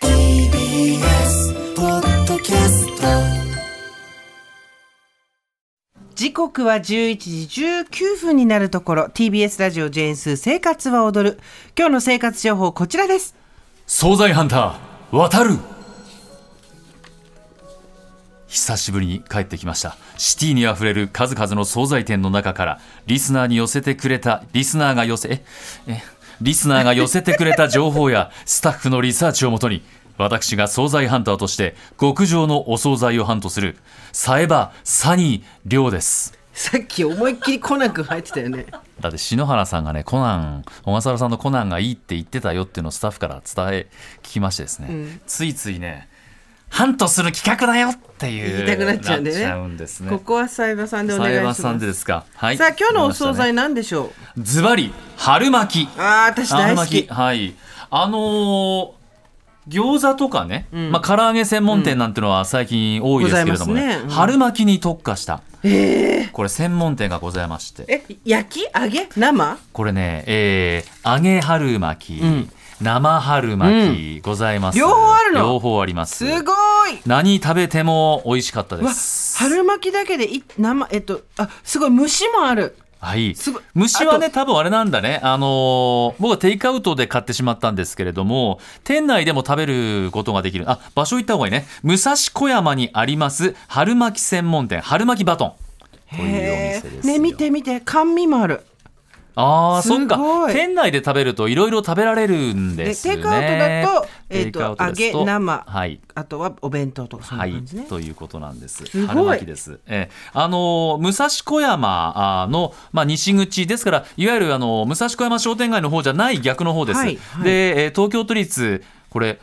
TBS ポッドキャスト時刻は11時19分になるところ TBS ラジオジェーンスー生活は踊る今日の生活情報こちらです惣菜ハンター渡る久しぶりに帰ってきましたシティにあふれる数々の惣菜店の中からリスナーに寄せてくれたリスナーが寄せええリスナーが寄せてくれた情報やスタッフのリサーチをもとに私が惣菜ハンターとして極上のお惣菜をハントするサエバサニー亮ですさっき思いっきりコナン君入ってたよ ねだって篠原さんがねコナン小笠原さんのコナンがいいって言ってたよっていうのをスタッフから伝え聞きましてですね、ついついねハントする企画だよってい言ういたくなっちゃうんでねなっちゃうんですねここはサイバさんでお願いさしえまばすさんでですか、はい、さあ今日のお惣菜出ま何でしょう、したねズバリ春巻きああ私大好き春巻きはいあのー餃子とかね、まあ唐揚げ専門店なんてのは最近多いですけれどもござねいますねうん春巻きに特化した、これ専門店がございましてえ焼き揚げ生これね、えー、揚げ春巻き、生春巻きございます、両方あるの両方ありますすごい何食べても美味しかったでわす春巻きだけでい生えっとあすごい虫もあるはいすごい虫はあね多分あれなんだねあのー僕はテイクアウトで買ってしまったんですけれども店内でも食べることができるあ場所行った方がいいね武蔵小山にあります春巻き専門店春巻きバトンというおへ店ーですよね見て見て甘味もあるああすごいそっか店内で食べるといろいろ食べられるんですねでテイクアウトだとえーとテイクアウトです揚げ生はいあとはお弁当とかそんなはい、感じね、ということなんです。ごい春巻きです。えーあのー武蔵小山あーのまあ西口ですから、いわゆるあのー武蔵小山商店街の方じゃない逆の方です。はいはいで、えー東京都立これ。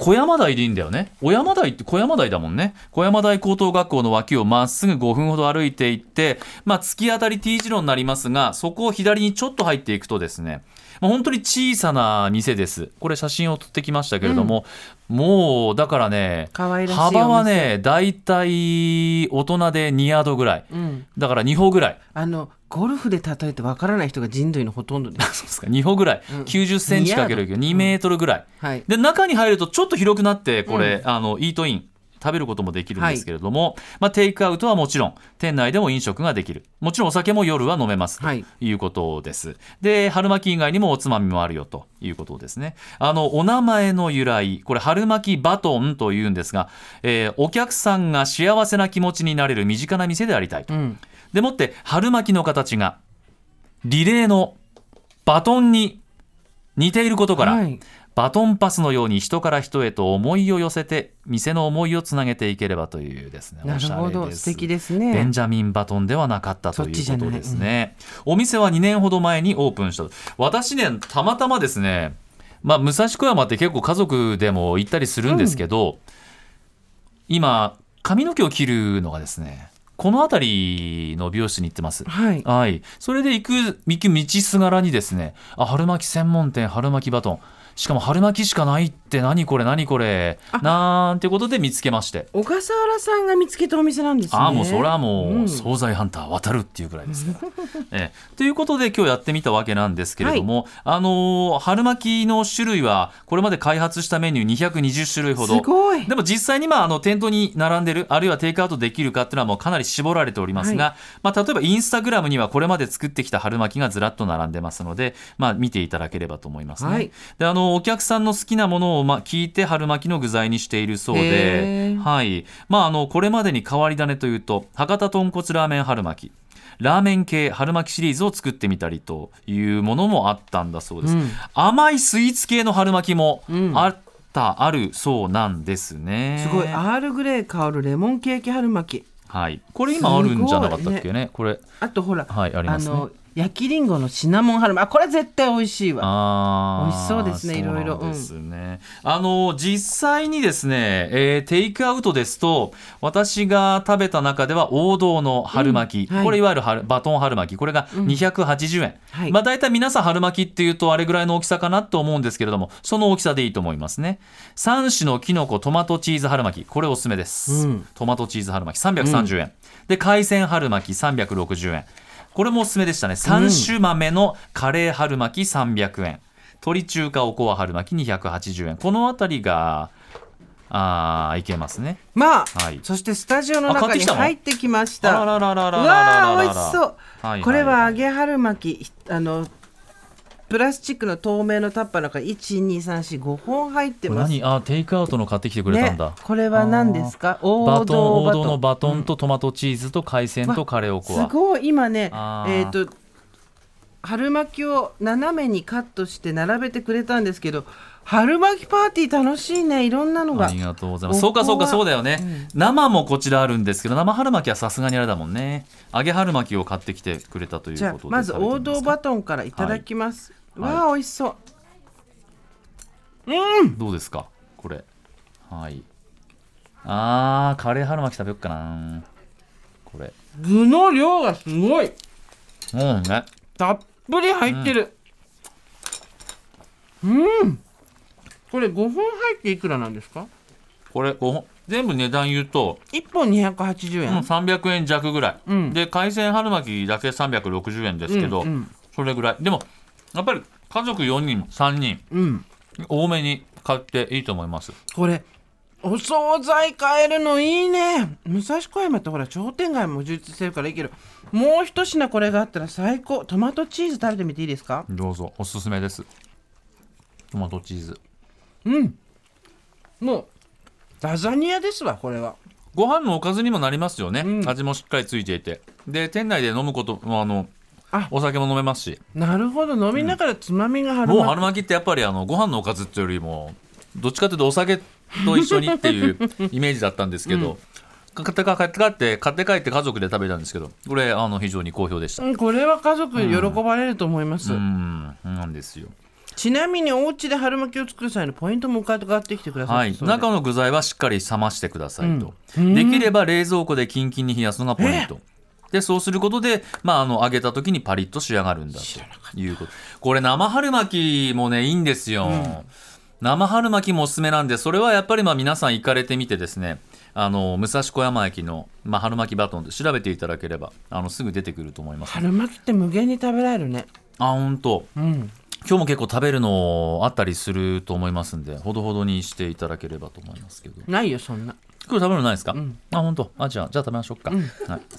小山台でいいんだよね。小山台って小山台だもんね。小山台高等学校の脇をまっすぐ5分ほど歩いていって、まあ、突き当たり T 字路になりますが、そこを左にちょっと入っていくとですね、まあ、本当に小さな店です。これ写真を撮ってきましたけれども、もう、だからね、可愛らしいお店幅はね大体大人で2ヤードぐらい、うんだから2歩ぐらいあのゴルフで例えてわからない人が人類のほとんどです。そうですか2歩ぐらい、ん9 0センチかける2 2メートルぐらい、はい。で中に入るとちょっと広くなってこれ、あのイートイン食べることもできるんですけれども、まあ、テイクアウトはもちろん店内でも飲食ができるもちろんお酒も夜は飲めますとはいいうことです、で春巻き以外にもおつまみもあるよということですねあのお名前の由来これ春巻きバトンというんですが、えーお客さんが幸せな気持ちになれる身近な店でありたいと、うん。でもって春巻きの形がリレーのバトンに似ていることから、はい。バトンパスのように人から人へと思いを寄せて店の思いをつなげていければというですねなるほおしゃれど。です素敵ですベねン。ジャミン・バトンではなかったとそっいちうじゃなこいとですね、お店は2年ほど前にオープンしたと私ねたまたまですねまあ武蔵小山って結構家族でも行ったりするんですけど、今髪の毛を切るのがですねこの辺りの美容室に行ってますはい。はい、それで行く行く道すがらにですねあ春巻き専門店春巻きバトンしかも春巻きしかないって何これ何これなんてことで見つけまして小笠原さんが見つけたお店なんですね。ああもうそれはもう、ん惣菜ハンター渡るっていうぐらいですから。 ええということで今日やってみたわけなんですけれども、あのー春巻きの種類はこれまで開発したメニュー220種類ほどすごいでも実際にまああの店頭に並んでるあるいはテイクアウトできるかっていうのはもうかなり絞られておりますが、まあ、例えばインスタグラムにはこれまで作ってきた春巻きがずらっと並んでますので、まあ、見ていただければと思いますね。はいであのお客さんの好きなものをまあ聞いて春巻きの具材にしているそうへでー。はい。まあ、あの、これまでに変わり種というと、博多豚骨ラーメン春巻き。ラーメン系春巻きシリーズを作ってみたりというものもあったんだそうです、うん甘いスイーツ系の春巻きもんあった、あるそうなんですねすごい。アールグレー香るレモンケーキ春巻き。はい、これ今あるんじゃなかったっすごけねこれあとほら。はいありますねの焼きりんごのシナモン春巻きあこれ絶対美味しいわあー美味しそうですねなんいろいろうんですね。あの実際にですね、えーテイクアウトですと私が食べた中では王道の春巻き、うんはいこれいわゆる春バトン春巻きこれが280円、はいまあ大体皆さん春巻きっていうとあれぐらいの大きさかなと思うんですけれどもその大きさでいいと思いますね。3種のきのこトマトチーズ春巻きこれおすすめです。うんトマトチーズ春巻き330円、で海鮮春巻き360円これもおすすめでしたね3種豆のカレー春巻き300円鶏中華おこわ春巻き280円この辺りがあーいけますねまあ、はいそしてスタジオのあ買っ中てきにたの入ってきましたあららららうららららわあ美味しそう、はいはいこれは揚げ春巻きひあのプラスチックの透明のタッパーの中12345本入ってこれます何あテイクアウトの買ってきてくれたんだ、ね、これは何ですか王バト道ン王バトン道のバトンとトマトチーズと海鮮とカレーおこすわごい今ねあーえっ、と春巻きを斜めにカットして並べてくれたんですけど春巻きパーティー楽しいねいろんなのがありがとうございます。そここうかはそうかそうだよね。生もこちらあるんですけど、生春巻きはさすがにあれだもんね。揚げ春巻きを買ってきてくれたというじゃことあで。まず王道ババトンからいただきます、はいわあ美味しそうどうですかこれ。はい。あー、カレー春巻き食べよっかな。これ。具の量がすごいうんね。たっぷり入ってるうん、これ5本入っていくらなんですかこれごほん全部値段言うと、 1本280うん、円、 300円弱ぐらい、うんで海鮮春巻きだけ360円ですけど、うんうんそれぐらいでもやっぱり家族4人3人うん、多めに買っていいと思いますこれお惣菜買えるのいいね武蔵小山ってほら商店街も充実してるからいいけどもう一品これがあったら最高トマトチーズ食べてみていいですかどうぞおすすめですトマトチーズうんもうラザニアですわこれはご飯のおかずにもなりますよね、うん味もしっかりついていてで店内で飲むことあのあお酒も飲めますしなるほど飲みながらつまみが春もう巻春巻きってやっぱりあのご飯のおかずっていうよりもどっちかというとお酒と一緒にって いうイメージだったんですけど、買ってか買って帰って買って帰って家族で食べたんですけどこれあの非常に好評でした、うんこれは家族喜ばれると思います、うんなんですよちなみにお家で春巻きを作る際のポイントも伺ってきてください、はい、中の具材はしっかり冷ましてくださいと、できれば冷蔵庫でキンキンに冷やすのがポイントでそうすることで、まあ、あの揚げた時にパリッと仕上がるんだということこれ生春巻きもねいいんですよ、生春巻きもおすすめなんでそれはやっぱりまあ皆さん行かれてみてですねあの武蔵小山駅の、まあ、春巻きバトンで調べていただければあのすぐ出てくると思います春巻きって無限に食べられるねあ本当うん今日も結構食べるのあったりすると思いますんでほどほどにしていただければと思いますけどないよそんな今日食べるのないですか、あ本当あじゃあじゃあ食べましょうか、はい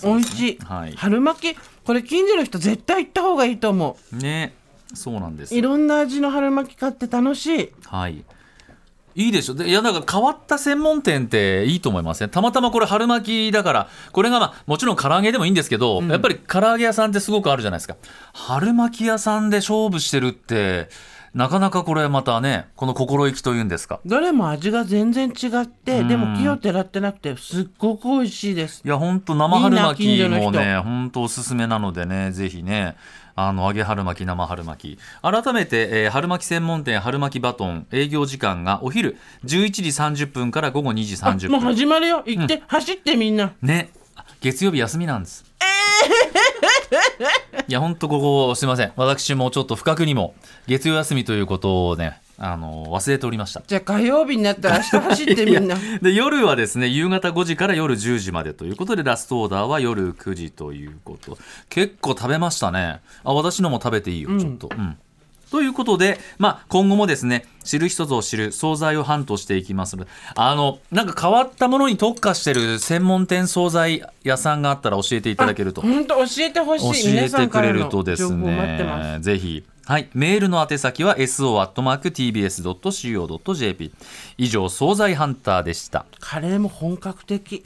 美味しい、はい春巻きこれ近所の人絶対行った方がいいと思ねそうなんですういろんな味の春巻き買って楽しいはいいいでしょでいやなんか変わった専門店っていいと思いますねたまたまこれ春巻きだからこれがまあもちろん唐揚げでもいいんですけど、やっぱり唐揚げ屋さんってすごくあるじゃないですか春巻き屋さんで勝負してるってなかなかこれまたねこの心意気というんですかどれも味が全然違ってでも木をてらってなくてすっごく美味しいですいや本当生春巻みんな近所きの人もね本当おすすめなのでねぜひねあの揚げ春巻き生春巻き改めて、えー春巻き専門店春巻きバトン営業時間がお昼11時30分から午後2時あ30もう分始まるよ行って、走ってみんなねあ月曜日休みな んですいや本当ここすいません私もちょっと不覚にも月曜休みということをねあの忘れておりましたじゃあ火曜日になったら 明日走ってみんなで夜はですね夕方5時から夜10時までということでラストオーダーは夜9時ということ結構食べましたねあ私のも食べていいよ、ちょっとうんということで、まあ、今後もですね知る人ぞ知る惣菜をハントしていきますのであのなんか変わったものに特化してる専門店惣菜屋さんがあったら教えていただけると本当教えてほしい教皆えさてんかくられのるとで情す報待ってますねぜひはいメールの宛先は so.tbs.co.jp 以上惣菜ハンターでしたカレーも本格的